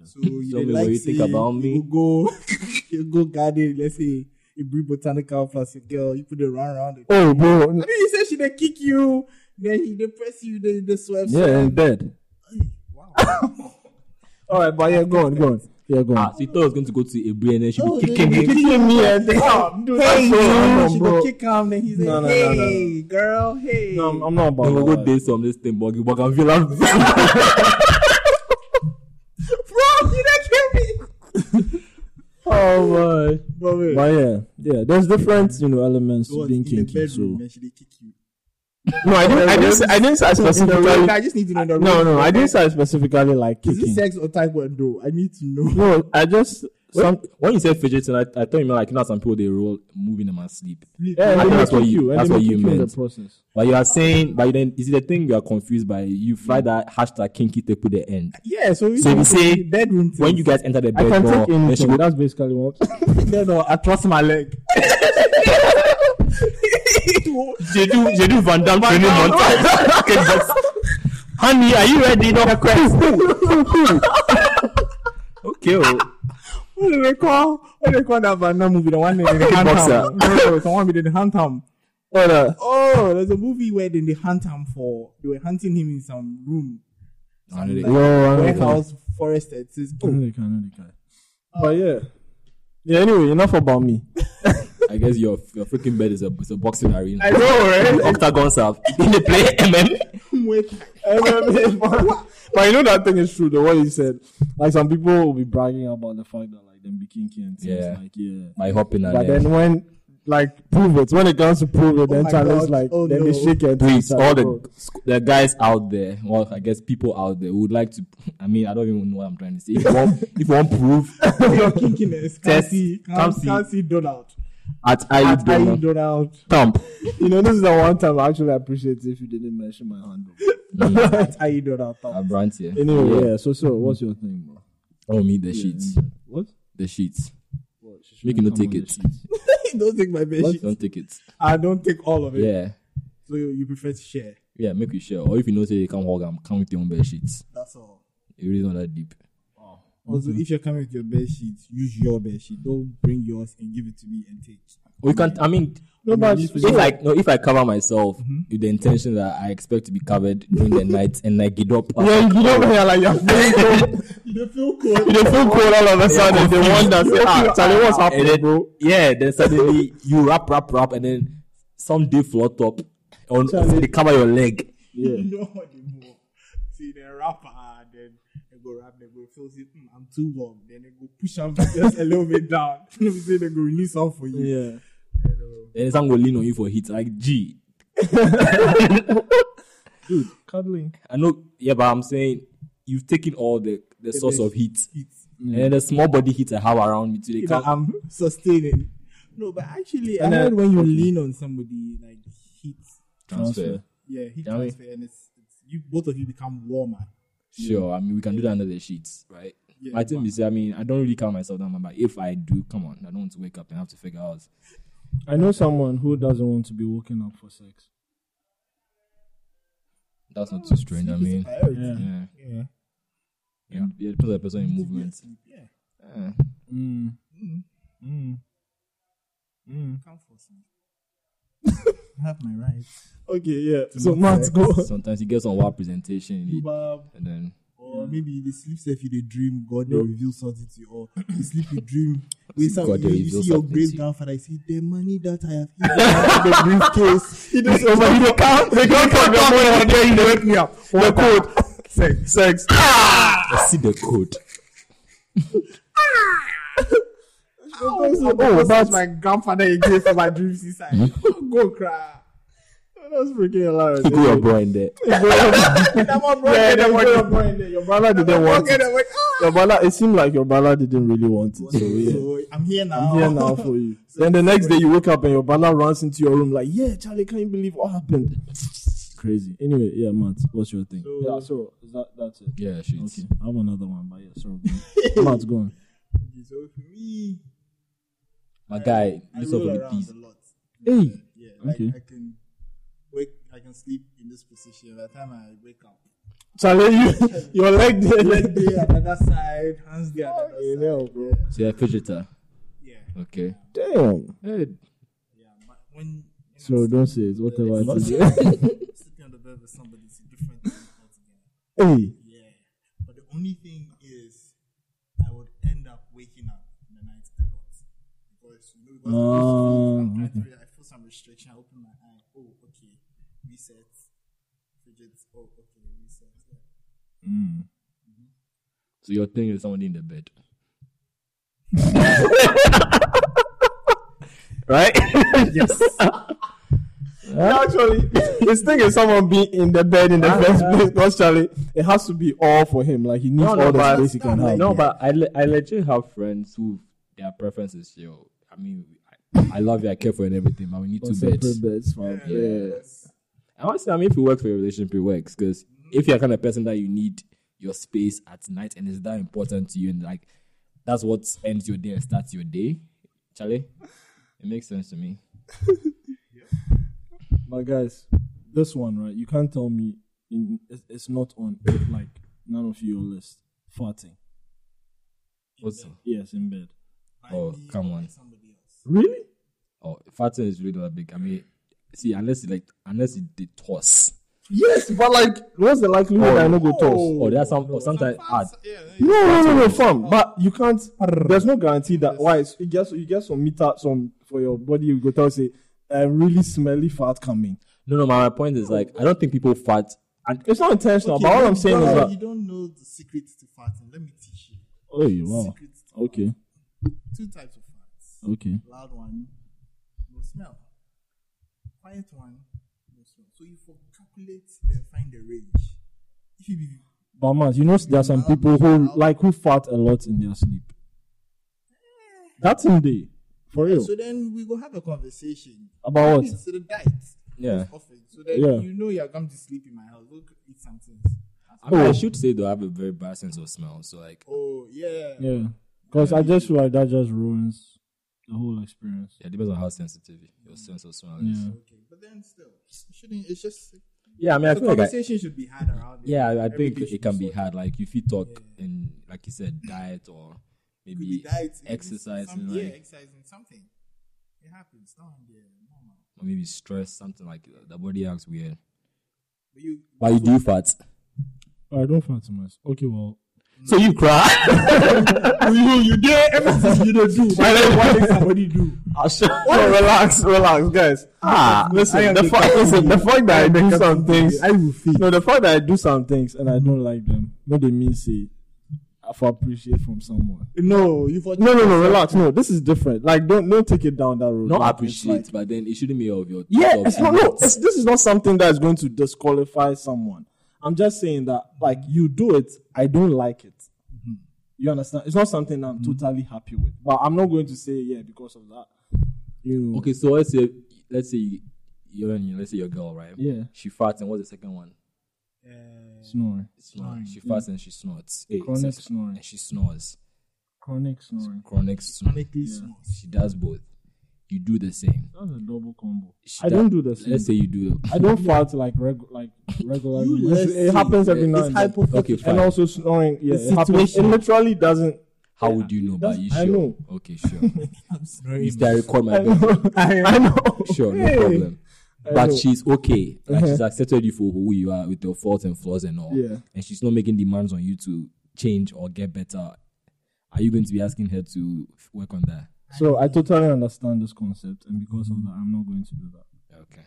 C: So you
B: Tell
C: dey
B: me
C: like
B: what you think
C: say
B: about me.
C: You go, you go garden. Let's say you bring botanical plus your girl. You put the round round. it.
A: Oh, bro.
C: Then you say she they kick you. Then he they press you. Then they swipe.
A: Yeah, in bed.
C: Wow.
A: All right, but yeah, go on, go on. Yeah, go on.
B: Ah, so you thought I was going to go to a brain and then she'd
C: Oh,
B: be kicking
C: yeah.
B: me.
A: Kicking me and
C: Hey,
A: so
C: you.
A: random,
C: She
A: bro.
C: go kick him. Then he's like,
A: No, no, no, no, no.
C: hey, girl, hey.
A: No, I'm, I'm not about
B: They will go
A: that.
B: date some this thing, but but I feel like
C: Bro, you don't kill me.
A: Oh, my.
C: Bro, wait.
A: But yeah, yeah, there's different, you know, elements
C: So
A: to
C: what,
A: being
C: in the
A: kinky.
C: bedroom,
A: So
C: then she they kick you.
D: No, I didn't. I didn't. say- I didn't say I specifically.
C: I just need to know the
A: no,
C: rules.
A: no, I didn't say specifically like
C: Is it
A: kicking.
C: sex or taekwondo? I need to know.
A: No, I just
B: Some, when you said fidgeting, I, I thought you meant like you know how some people they roll moving them and sleep.
A: Yeah, and
B: I
A: they
B: think that's
A: may
B: what
A: kick
B: you-
A: and
B: that's
A: they
B: what
A: may
B: you
A: kick in
B: meant.
A: The process.
B: But you are saying, but then is it the thing you are confused by? You fly
A: Mm.
B: that hashtag kinky tape with the end.
C: Yeah, so,
B: So you say
C: bedroom thing.
B: When you guys enter the
A: I can
B: bed door,
A: take
B: then she
A: anything.
B: will,
A: That's basically what.
C: no, no, I trust my leg.
D: J'ai dû, j'ai dû Van Damme traîner mon temps. Honey, are you ready? No request.
B: okay, oh,
C: What do they call? What do they call that Van Damme movie? The one that they hunt
D: Boxer.
C: him. No, no, someone with the hunt him.
D: What a-
C: Oh, there's a movie where then they hunt him for. They were hunting him in some room,
B: I know
C: Like,
B: they-
A: Yo, I know the guy.
C: warehouse, forest. It says,
A: I know the
C: oh,
B: Mm.
A: guy, I know the guy. But yeah. Yeah, anyway, enough about me.
B: I guess your your freaking bed is a is a boxing arena.
D: know, right?
B: Octagons have in the play MM.
C: wait.
A: but you know that thing is true, the what you said. Like some people will be bragging about the fact that like them be kinky and things
B: Yeah.
A: like yeah.
B: My hopping and
A: But
B: then
A: then when like prove it, when it comes to prove it, then
C: my
A: Charlie's
C: God.
A: like
C: Oh,
A: then they
C: no.
A: shake it.
B: please, all the the guys out there, well, I guess people out there who would like to. I mean, I don't even know what I'm trying to say. If you want, if you want proof,
C: your kinkiness. Can't
B: Test.
C: see,
B: Can't
C: can't,
B: see.
C: can't see Donald.
B: at
C: At I
B: I
C: Donald.
B: thump.
A: you know, this is the one time I actually appreciate if you didn't mention my handle.
C: At I Donald.
B: I brand here.
A: Anyway, yeah. so so what's your thing, bro?
B: Oh, me the sheets,
A: What?
B: the sheets.
A: what she
B: Make you
A: shouldn't
B: not take
A: come on
B: it.
A: the sheets.
C: don't take my bed sheet.
B: Don't take it.
C: I don't take all of it.
B: Yeah.
C: So you you prefer to share.
B: Yeah, make you share. Or if you know say you can't hug, I'm come with your own bed sheets.
C: That's all.
B: It really not that deep.
C: Also,
B: Mm-hmm.
C: if you're coming with your bed sheet, use your bed sheet. Don't bring yours and give it to me and take.
B: Or you can't. I mean,
A: No, but
B: if I no, if I cover myself
D: Mm-hmm.
B: with the intention that I expect to be covered during the night and I get up,
D: Yeah, you don't hear like you're feeling cold.
C: You don't feel cold.
D: You feel cold all of a sudden. The one that say, ah, Charlie, what's
B: and
D: happening,
B: then,
D: bro?
B: yeah, then suddenly you wrap, wrap, wrap, and then some day float up on
A: Charlie.
B: they cover your leg.
A: yeah.
C: No anymore. See, the rapper, then they go rap, they go feel, say, mm, I'm too warm. Then they go push up just a little bit down. Let me say they go release off for you.
A: Yeah.
B: Then some go lean on you for heat. Like, gee,
A: Dude, cuddling.
B: I know. Yeah, but I'm saying you've taken all the the source of heat.
C: It's
B: And the Eh, small body heat I have around me today.
C: you know, I'm sustaining. No, but actually, I
A: And, uh,
C: heard when you lean on somebody, like heat,
B: transfer.
C: yeah, heat
B: Yeah, I mean-
C: transfer, and it's, it's you both of you become warmer.
B: Sure, I mean we can do that under the sheets, right?
C: Yeah,
B: My thing is, I mean, I don't really count myself down, but if I do, come on, I don't want to wake up and have to figure out.
A: I know someone who doesn't want to be woken up for sex.
B: That's not too strange. I
C: It's a
B: mean,
C: priority.
A: Yeah.
B: yeah,
C: yeah.
B: yeah, yeah depends on the person in movement.
C: Yeah.
B: Eh.
A: Mm.
C: Mm.
A: Mm. Mm.
C: Come for some. I have my rights.
A: Okay, yeah. So Matt, go.
B: Sometimes you get some wild presentation, in it,
C: Bob,
B: and then
C: or maybe they sleep if you they dream, God they
A: No.
C: reveal something to you, or you sleep you dream. Wait, some,
B: God,
C: you,
B: they
C: you
B: reveal
C: see your
B: something to
C: great
B: you.
C: grandfather, I see the money that I have hidden in the briefcase.
D: He just over the car. They can't come your money and then you wake me up. The code. Sex. Sex. Ah!
B: I see the code.
C: Oh, oh that's my grandfather again for my dream seaside.
A: Hmm?
C: Go cry.
A: That's freaking hilarious.
B: Put your bro in there.
A: Yeah,
C: Yeah,
A: then
C: yeah,
A: go your boy in there. Your brother didn't want
C: Okay,
A: it.
C: then wait.
A: Your brother, it seemed like your brother didn't really want it. So yeah.
C: So, I'm here now.
A: I'm here now for you. Then the next day you wake up and your brother runs into your room like, yeah, Charlie, can't you believe what happened? Crazy. Anyway, yeah, Matt, what's your thing?
C: So-
A: yeah, so is that that's it.
B: Yeah, sheets.
A: Okay, I have another one, but yeah, sorry. Matt, go on.
C: Okay, so for me,
B: My guy,
C: I
B: this
C: roll
B: over the
C: around
B: piece.
C: a lot.
A: Hey.
C: Yeah, like
A: Okay.
C: I can wake, I can sleep in this position. By the time I wake up,
A: Charlie, you, your leg there.
C: leg day at another side, hands day at another
A: Oh, You
C: side.
A: know, bro.
B: So you're a fidgeter.
C: Yeah,
B: Okay.
A: Damn.
B: Hey,
C: yeah. But when when
A: So
C: I'm
A: don't say it. Whatever
C: It's
A: it is.
C: sleeping on the bed with somebody, it's a different thing altogether.
A: Hey.
C: Yeah. But the only thing is, I would end up waking up in the night a lot. Because, you know, because
A: Oh,
C: I'm trying to re- I feel some restriction. I open my eye. Oh, okay. Reset. Fidget. Oh, okay. Reset. Yeah.
A: Mm.
B: so your thing is somebody in the bed.
D: Right?
A: Actually, His thing is someone being in the bed in the first place. Because Charlie, it has to be all for him. Like he needs
B: No, no,
A: all the
B: but-
A: space he can have.
B: No, but I, le- I legit have friends who their preferences, yo. I mean, I, I love you, I care for you and everything, but we need two beds.
A: beds, fam. Yeah.
B: I want to say, I mean, if it works for your relationship, it works. Because if you're the kind of person that you need your space at night and it's that important to you, and like that's what ends your day and starts your day, Charlie, it makes sense to me.
A: But guys, this one right, you can't tell me in, it's, it's not on like none of your list. Farting.
B: What's
A: Yes, in bed.
B: oh, come on.
A: Really?
B: Oh, farting is really not big. I mean, see, unless you like, unless you did toss.
A: Yes, but like, what's the likelihood that I no go toss? Oh.
B: Oh, that's some, or sometimes hard.
A: No, no, no, no, fam. But you can't. There's no guarantee that. Why? it's- You get you get some meter some for your body. You go tell say, a really smelly fart coming.
B: No, no, my my point is like, I don't think people fart. And,
A: It's not intentional. but all I'm saying is
C: you
A: that.
C: don't know the secret to farting. Let me teach you.
A: Oh, you
C: Secret to
A: Okay.
C: farting. Two types of farts.
A: Okay.
C: Loud one, no smell. Quiet one, no smell. So you for calculate then find the range. If you be
A: But man, you know there are some people who like who fart a lot in their sleep. That's in day, for real.
C: so then we will have a conversation.
A: About what?
C: It's the diet.
B: yeah.
C: often. So then
A: Yeah.
C: you know you're going to sleep in my house. Go eat something.
B: I, mean, I
A: Oh.
B: should say though, I have a very bad sense of smell. So like,
C: Oh yeah.
A: Yeah, because I just feel like that just ruins the whole experience.
B: yeah, it depends on how sensitive your sense of smell is.
A: Yeah.
C: Okay. But then still, it shouldn't it's just
B: Yeah, I mean, I
C: the
B: feel like I,
C: conversation should be had around it.
B: yeah, I- I think
C: Everything
B: it
C: should
B: can be
C: sorted.
B: hard. Like if you talk and like you said, diet or
C: It could be
B: maybe
C: diet, it could be
B: exercise
C: some-
B: and
C: yeah,
B: like
C: exercising something. It happens down there, normal.
B: or maybe stress, something like the body acts weird.
C: But you
B: But you do fart.
A: I don't fart too much. Okay, well,
D: So you cry. you you there? Everything you don't do. Why did somebody do?
A: Yo, relax, relax, guys.
D: Ah,
A: Listen, the fact, listen, the fact that I do some things,
C: I will feel
A: no, the fact that I do some things and I don't like them, no, they mean say, I for appreciate from someone.
C: No, you for
A: No, no, no, relax. No, this is different. Like, don't don't take it down that road.
B: Not
A: Like, it's
B: appreciate,
A: like-
B: but then it shouldn't be of your.
A: Yeah,
B: of
A: it's not, no, it's, this is not something that is going to disqualify someone. I'm just saying that, like, you do it, I don't like it.
C: Mm-hmm.
A: You understand? It's not something I'm totally happy with, but I'm not going to say yeah because of that. You know.
B: Okay, so let's say let's say you- you're in, let's say your girl, right?
A: Yeah.
B: She farts and what's the second one?
A: Snoring.
B: Snoring. She farts and she snorts. Eh,
A: Mm. Chronic
B: it's-
A: snoring.
B: And she snores.
A: Chronic snoring.
B: Chronic snoring.
C: chronically small.
B: She does both. You do the same.
A: That's a double combo.
B: She
A: I
B: does-
A: don't do the same.
B: Let's say you do.
A: I don't fart like reg- like regularly.
C: You
A: It's-
C: let's
A: it happens every now
C: It's
A: and then.
C: hypothetical.
B: Okay,
A: And
B: fine.
A: also snoring. Yeah,
C: The
A: it happens. It
C: situation.
A: literally doesn't.
B: How would you know? But
A: That's-
B: you
A: I
B: sure?
A: know.
B: Okay, sure.
C: I'm sorry.
B: If I record my
A: I
B: baby,
A: know. I know.
B: sure, no
A: Hey.
B: problem.
A: I
B: But
A: know.
B: she's okay. Like she's accepted you for who you are with your faults and flaws and all.
A: Yeah.
B: And she's not making demands on you to change or get better. Are you going to be asking her to work on that?
A: So I totally understand this concept, and because of that, I'm not going to do that.
B: Okay.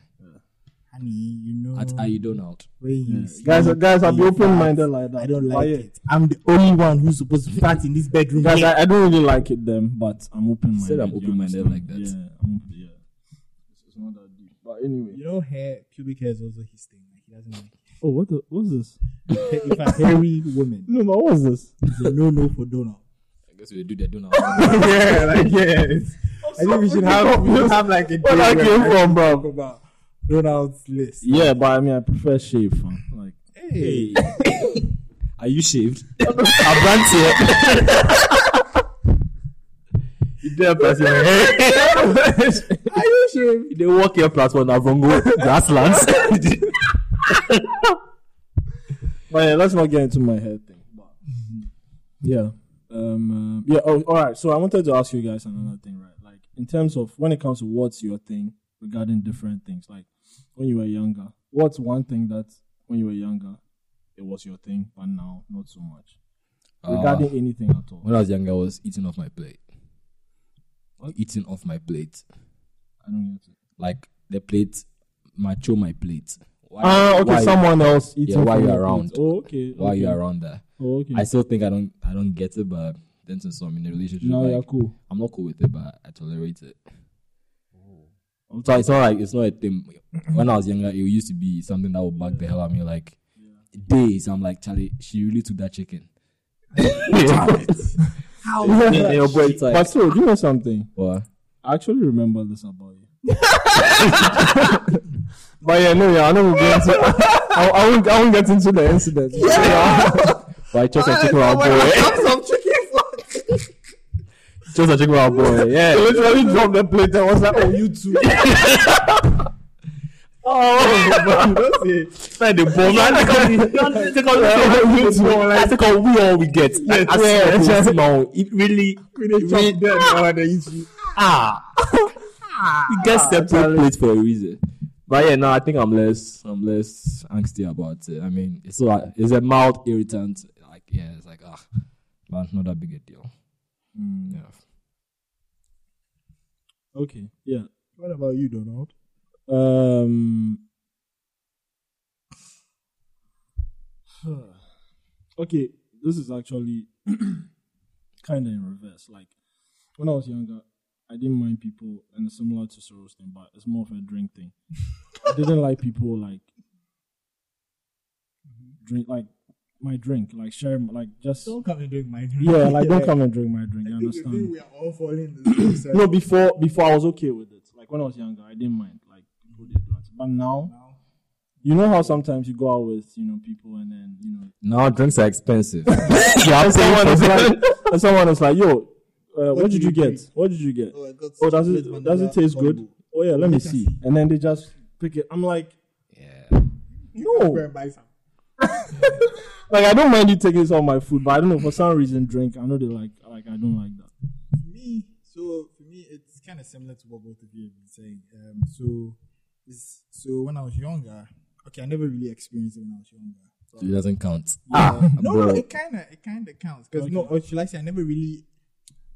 C: Honey, you know
B: At are you done out?
C: when you see
A: Guys, guys, I'll be
C: me
A: open-minded
C: fart,
A: like that.
C: Mm-hmm. I don't
A: Why
C: like
A: yeah?
C: it. I'm the only one who's supposed to fart in this bedroom.
A: Guys,
C: here.
A: I, I don't really like it then, but I'm open-minded.
B: said I'm
A: you
B: open-minded
A: understand?
B: like that.
A: Yeah, I'm, yeah. It's, it's not that deep. But anyway.
C: you know, hair, pubic hair is also his thing. Like he doesn't like.
A: Oh, what the, what's this?
C: it. if a hairy woman,
A: No, but what's this?
C: it's a no no for Donald.
B: I guess we do the done
C: yeah, like yeah. I think we should have we should have like a
A: Where that came from, bro?
C: about Donald's list.
A: Yeah, but I mean, I prefer shave, fam. Like,
C: Hey,
B: Are you shaved?
D: There person.
C: are you shaved?
D: They walk here plus one Avongo grasslands.
A: but yeah, Uh, let's not get into my head thing. But
B: Mm-hmm.
A: yeah, um, uh, yeah. Oh, all right. So I wanted to ask you guys another thing, right? Like in terms of when it comes to what's your thing regarding different things, like when you were younger, what's one thing that when you were younger it was your thing, but now not so much
B: Uh,
A: regarding anything at all.
B: Ah, when I was younger, I was eating off my plate. Eating off my plate,
A: I don't get it.
B: like the plate, macho my plate. Why-
A: Ah, okay.
B: why-
A: someone else eating.
B: why
A: from
B: you
A: your
B: around?
A: plate. Oh, okay.
B: Why
A: okay.
B: you around that?
A: Oh, okay.
B: I still think I don't I don't get it, but then since I'm in a relationship,
A: now
B: like,
A: you're cool.
B: I'm not cool with it, but I tolerate it. So it's not like it's not a thing. When I was younger, it used to be something that would bug the hell out of me. Like days, I'm like, Charlie, she really took that chicken.
A: How?
B: Yeah, your boy, it's like,
A: But so, do you know something?
B: what?
A: I actually remember this about you.
D: But yeah, no, yeah, I know we'll get into. I, I won't. I won't get into the incident.
B: Why just a chicken our boy?
D: Just a chicken our boy. Yeah. Literally dropped the plate and was like,
A: You too.
D: "Oh, like the bomb." Take all the bomb. Like, take all we all we get. Yes, I swear,
B: yes,
D: it was
B: yes.
D: small. It really. Ah. You get
B: Separate
D: separate.
B: plate for a reason. But yeah, no, I think I'm less, I'm less angsty about it. I mean, it's like it's a mild irritant. Like yeah, it's like ah, but not that big a deal.
A: Mm.
B: Yeah.
A: Okay. Yeah.
C: What about you, Donald?
A: Um. okay, this is actually kind of in reverse. Like when I was younger, I didn't mind people, and it's similar to Soros thing, but it's more of a drink thing. I didn't like people like
C: Mm-hmm.
A: drink like my drink, like share, my- like just
C: come and drink my drink.
A: yeah, like don't come and drink my drink. You understand?
C: We are all falling in this
A: No, before before I was okay with it. Like when I was younger, I didn't mind. Like people did drugs, but now,
C: Now?
A: you know how sometimes you go out with you know people and then you know
B: Now drinks are expensive.
D: Yeah,
A: someone
D: I'm saying
A: is
D: for
A: like and someone is like, yo, uh, what, did
C: What do
A: you
C: you
A: get?
C: drink?
A: What did you get?
C: Oh, I got
A: Oh, does
C: chocolate
A: it
C: vanilla
A: does it taste good?
C: combo.
A: Oh yeah, let me see. And then they just pick it. I'm like,
B: yeah.
A: no,
C: Go and buy some.
A: like I don't mind you taking some of my food, but I don't know for some reason drink. I know they like like I don't like that.
C: For me, so for me, it's kind of similar to what both of you have been saying. Um, so, it's, so when I was younger, okay, I never really experienced it when I was younger. So-
B: It doesn't count.
D: Ah,
C: Yeah. no, no,
B: bro.
C: it kind of it kind of counts because no, or should I say I never really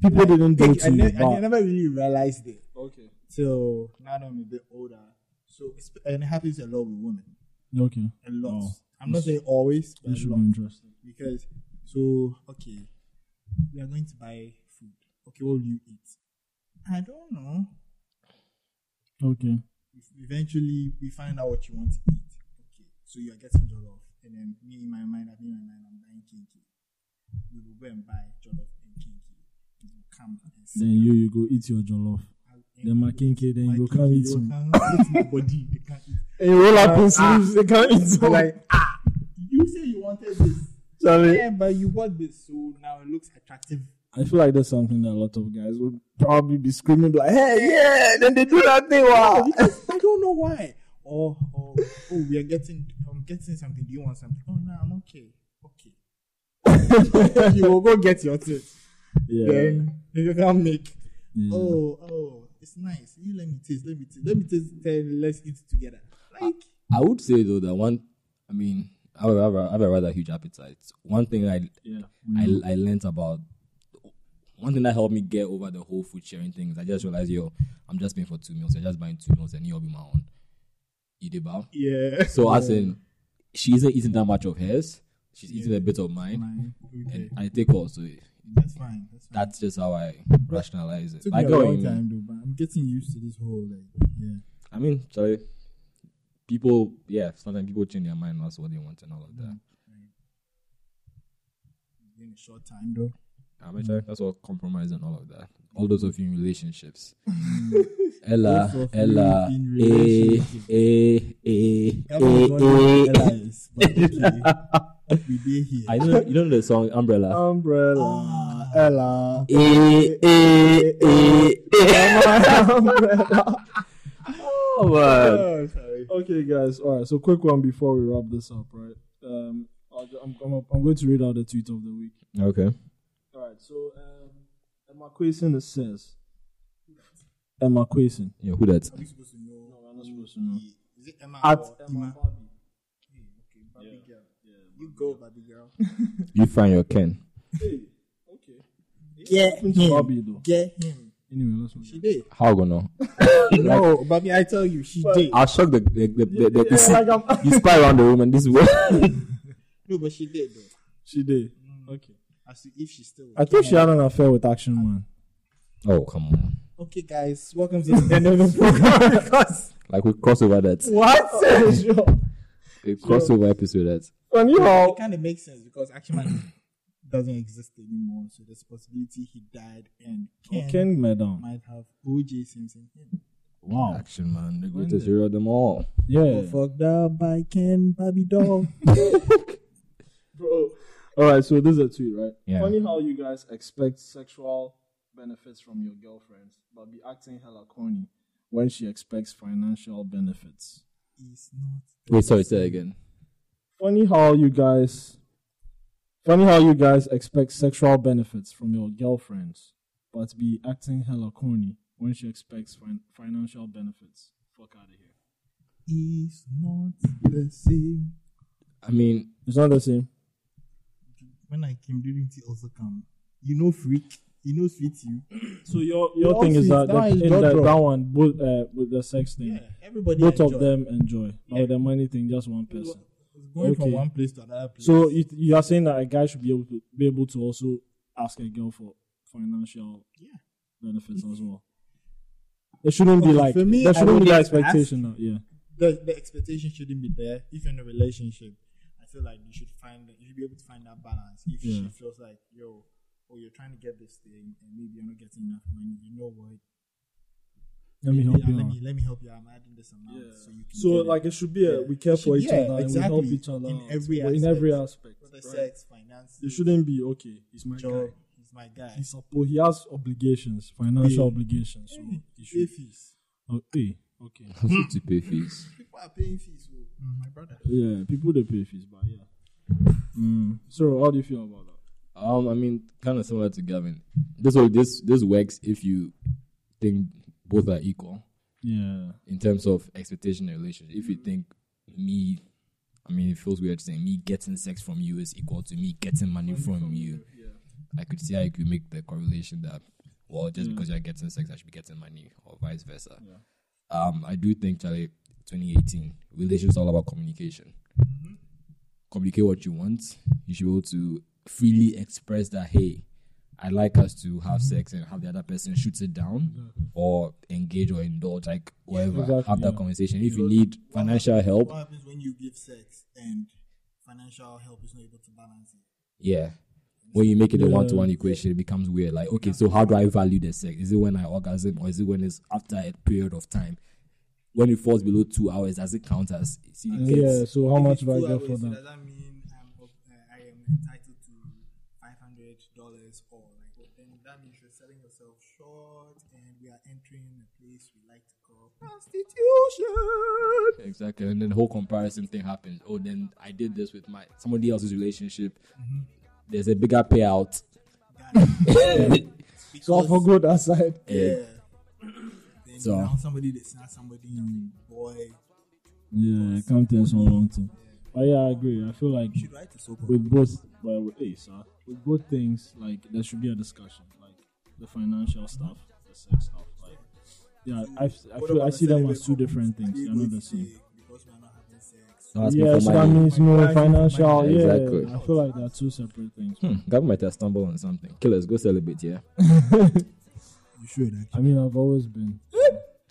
A: People didn't do
C: think, I,
A: to you,
C: ne- I
A: but
C: never really realized it
A: okay,
C: till now that I'm a bit older. So it's, and it happens a lot with women,
A: okay,
C: a lot.
A: Oh.
C: I'm not saying always, but
A: this
C: a
A: should
C: lot
A: be interesting.
C: because so okay, we are going to buy food. Okay, what will you eat? I don't know.
A: Okay,
C: eventually we find out what you want to eat. Okay, so you are getting jollof, and then me in my mind, I me in my mind, I'm buying kinky. We will go and buy jollof and kinky. We will come and sit
A: then you you go eat your jollof.
C: down.
A: Then my kinky, then
C: My
A: you go
C: kinky,
A: come eat
C: you
A: some.
C: can eat my body. They can't eat.
A: And you roll up in sleeves.
C: they can't
A: eat some.
C: Like ah, you say you wanted this.
A: Sorry.
C: Yeah, but you bought this, so now it looks attractive.
A: I feel like that's something that a lot of guys would probably be screaming like, "Hey,
D: yeah, then they do that thing. Wow.
C: because I don't know why. Or, or oh, we are getting, I'm getting something. Do you want something? Oh no, I'm okay. Okay. you will go get your thing.
A: yeah,
C: Then you can make.
B: Mm.
A: yeah.
C: Oh, oh, it's nice. You let me taste. Let me taste. Let me taste. Then let's eat together. Like
B: I would say though that one. I mean, I have a, I have a rather huge appetite. One thing I
A: yeah."
B: I,
C: Mm.
B: I learned about one thing that helped me get over the whole food sharing thing is I just realized, yo, I'm just paying for two meals. I'm just buying two meals and you'll be my own. You did bow.
C: yeah.
B: So as in she isn't eating that much of hers. She's eating a bit of mine.
C: Fine. Okay.
B: And I take also
C: That's fine. That's fine.
B: that's just how I rationalize it.
C: Took me
B: I get
C: a
B: what you
C: long
B: mean.
C: time though, but I'm getting used to this whole like yeah.
B: I mean, sorry. People yeah, sometimes people change their mind, that's what they want and all of that.
C: It's been a short time though.
B: I mean, sorry, that's all compromise and all of that. All those of you in relationships. Ella,
C: Those of you
B: Ella,
C: in
B: eh,
C: relationships.
B: eh, eh,
C: That was not
B: eh,
C: what
B: eh.
C: Ella is, but okay. we did here.
B: I know you know the song Umbrella.
A: Umbrella,
C: Ah,
A: Ella,
B: Eh, eh, eh, eh.
A: umbrella.
B: Oh, man.
C: oh, sorry.
A: Okay, guys. All right. So, quick one before we wrap this up, right? Um, I'll, ju- I'm, I'm, I'm going to read out the tweet of the week.
B: Okay.
A: All right. So, um, Emma Quason says, Emma Quason.
B: Yeah, who that?
C: Are we supposed to know?
A: No, I'm not supposed to know.
C: Is it Emma
A: At
C: or
A: Emma
C: Emma?
A: Barbie.
C: Hey, okay, Barbie girl. You go, Barbie girl.
B: You find your Ken.
A: Hey, okay.
C: Get
A: Happened to Barbie though.
C: Get him.
A: Anyway, let's move.
C: She did.
B: How gonna?
C: No, Barbie, I tell you, she did.
B: I'll shock the the the, the, the,
A: Yeah, like I'm-
B: you spy around the room and this way.
C: No, but she did though.
A: She did. Okay.
C: As to if she still.
A: I think she had an affair with Action Man.
B: oh come on.
C: Okay, guys, welcome to another program. because
B: Like we cross over that.
A: What?
C: sure,
B: A crossover episode that.
A: And you
C: it
A: all.
C: kind of makes sense because Action Man doesn't exist anymore, so there's a possibility he died and Ken
A: King Oh, Madam.
C: might have O.J. Simpson.
A: Wow.
B: Action man, the
A: did-
B: greatest hero of them all.
A: Yeah.
C: Fucked up by Ken Baby Doll.
A: Bro. All right, so this is a tweet, right?
B: Yeah.
A: Funny how you guys expect sexual benefits from your girlfriends, but be acting hella corny when she expects financial benefits.
C: It's not.
B: Wait, sorry, say that again.
A: Funny how you guys. Funny how you guys expect sexual benefits from your girlfriends, but be acting hella corny when she expects fin- financial benefits. Fuck out of here.
C: It's not the same.
B: I mean,
A: It's not the same.
C: When I came, didn't it also come? You know, freak. You know, sweet you.
A: So your
C: your
A: your
C: All
A: thing
C: thing is
A: is that
C: six, that that the- one is
A: in
C: in jaw the- drop.
A: that
C: that
A: one both uh, with the sex thing.
C: Yeah, everybody.
A: both of
C: enjoy.
A: them enjoy. But with the money thing, just one
C: It's
A: person.
C: going from
A: Okay.
C: one place to another place.
A: So you, you are saying that a guy should be able to be able to also ask a girl for financial
C: Yeah.
A: benefits as well. It shouldn't be
C: Okay,
A: like
C: for me,
A: there
C: I
A: shouldn't be
C: wouldn't
A: that
C: ask.
A: expectation. Now. Yeah,
C: the, the expectation shouldn't be there if you're in a relationship. I feel like you should find that you should be able to find that balance. If she
A: Yeah.
C: feels like yo, oh you're trying to get this thing and maybe you're not getting enough money, you know what?
A: let me
C: Maybe,
A: help
C: uh,
A: you
C: let
A: out.
C: me let me help you. I'm adding this amount so you can.
A: So
C: get it.
A: like it should be a
C: Yeah.
A: we care for
C: Should-
A: each
C: yeah,
A: other and we help
C: exactly.
A: each other
C: In
A: out.
C: every
A: Well, in every aspect.
C: whether
A: right?
C: sex, finances,
A: It shouldn't be okay. He's my
C: job.
A: guy.
C: He's my guy.
A: He's suppo- he has obligations, financial
C: Yeah.
A: obligations. So
C: Hey,
A: he
C: pay
A: should.
C: fees.
A: Okay, okay.
B: have to pay fees.
C: People are paying fees. oh,
A: Mm-hmm.
C: My brother.
A: Yeah, people they pay fees, but yeah. Mm. So how do you feel about that?
B: Um, I mean, kind of similar to Gavin. This will this this works if you think both are equal
A: Yeah.
B: in terms of expectation in a relationship. If you think me, I mean, it feels weird saying me getting sex from you is equal to me getting money from you. I could see how you could make the correlation that well, just because you're getting sex, I should be getting money, or vice versa. Um, I do think, Charlie, 2018 relationships are all about communication. Mm-hmm. Communicate what you want. You should be able to freely express that. Hey, I like us to have sex and have the other person shoot it down or engage or indulge, like whatever.
A: exactly,
B: have that
A: yeah.
B: conversation. If you need financial help,
C: What happens when you give sex and financial help is not able to balance it?
B: Yeah. When you make it a
A: Yeah.
B: one to one equation, it becomes weird. Like, okay, so how do I value the sex? Is it when I orgasm or is it when it's after a period of time? When it falls below two hours, does it count as? See, it
A: Uh, Yeah.
B: gets,
A: So how
C: If
A: much
C: it's
A: do I
C: two
A: get for
C: hours,
A: that?
C: Does that mean I'm, ob- uh, I am entitled to five hundred dollars or like? Well, then that means you're selling yourself short, and we are entering a place we like to call prostitution.
B: exactly. And then the whole comparison thing happens. Oh, then I did this with my somebody else's relationship.
A: Mm-hmm.
B: There's a bigger payout.
A: So for good aside.
C: yeah. Then
B: So-
C: now somebody that's not somebody, boy,
A: Yeah, come to us on long term. But yeah, I agree. I feel like
C: should write a soap opera.
A: with both, well, with, hey, sir, with both things, like there should be a discussion, like the financial stuff, the sex stuff, like. Yeah, I, I,
C: What
A: feel, I
C: about
A: see them
C: celibate
A: as two different
C: couples? Are
A: things.
C: they
A: They're not
C: going
A: the
C: to
A: same.
C: say, Because we are not having sex.
B: Don't ask me
A: Yeah,
B: for
A: so that
B: money.
A: means
C: Like,
A: no
C: why is it money?
A: financial. Yeah,
B: Exactly.
A: I feel like they're two separate things.
B: Hmm, God might have stumbled on something. Killers, go celebrate, yeah?
C: You should actually.
A: I mean, I've always been.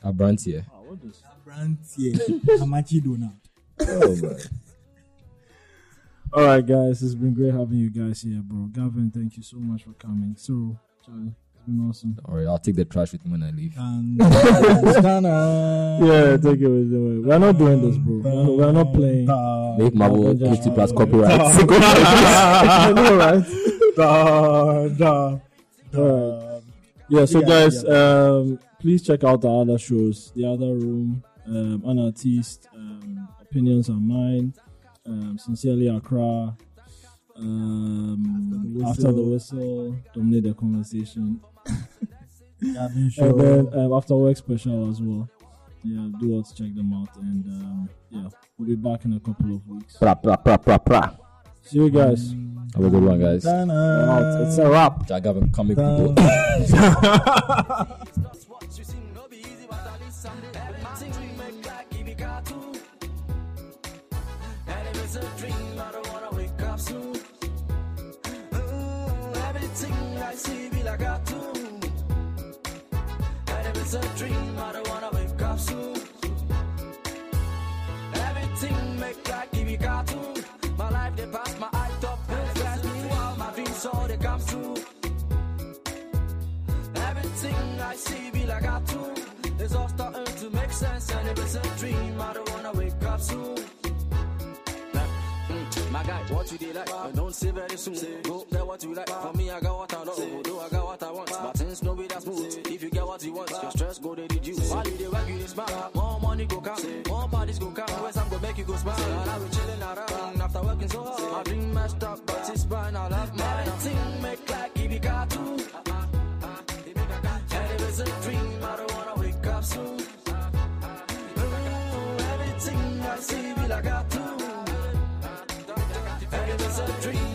B: Our brand's here.
A: Ah, what is?
C: brand here, Amachi Dona.
B: Oh, man.
A: All right, guys, it's been great having you guys here, bro. Gavin, thank you so much for coming. So, Charlie, it's been awesome.
B: All right, I'll take the trash with me when I leave.
C: And
A: Yeah, take it with the We're not doing this, bro. We're, we're not playing.
B: Make Marvel
A: Yeah.
B: 50 plus copyright.
A: I know, right? All right. Yeah, so
C: Yeah,
A: guys, um, please check out the other shows, The Other Room, um, Unartist, um, Opinions Are Mine, um, Sincerely Accra, um, After
C: After
A: the
C: the
A: Whistle, Dominate the Conversation,
C: Gavin
A: and
C: Show.
A: then um, After Work Special as well. Yeah, do also check them out, and um, yeah, we'll be back in a couple of weeks.
B: Pra, pra, pra, pra, pra.
A: See you guys.
B: Have a good one, guys.
A: We're out. Oh, It's a wrap.
B: I got a comic book.
E: Everything I see, be like a cartoon. And is a dream, I don't wanna wake up soon. Everything make like TV cartoon. My life they pass my eye top and flash me while my dreams all they come true. Everything I see be like a tune. It's all starting to make sense and if it's a dream, I don't wanna wake up soon. Mm, My guy, what you did like, but don't say very soon. Go get what you like. For me, I got what I love. Although I got what I want, but things no be that smooth. If you get what you want, your stress go they reduce. While you dey work, you dey smile. More money go come, more parties go come. West I'm go make you go smile. And I be chilling around after working so hard. My dream messed up, but it's fine. I love mine. Everything make like if you got to. And if it's a dream, I don't wanna wake up soon. Ooh, Everything I see be like a tune. And it's a dream,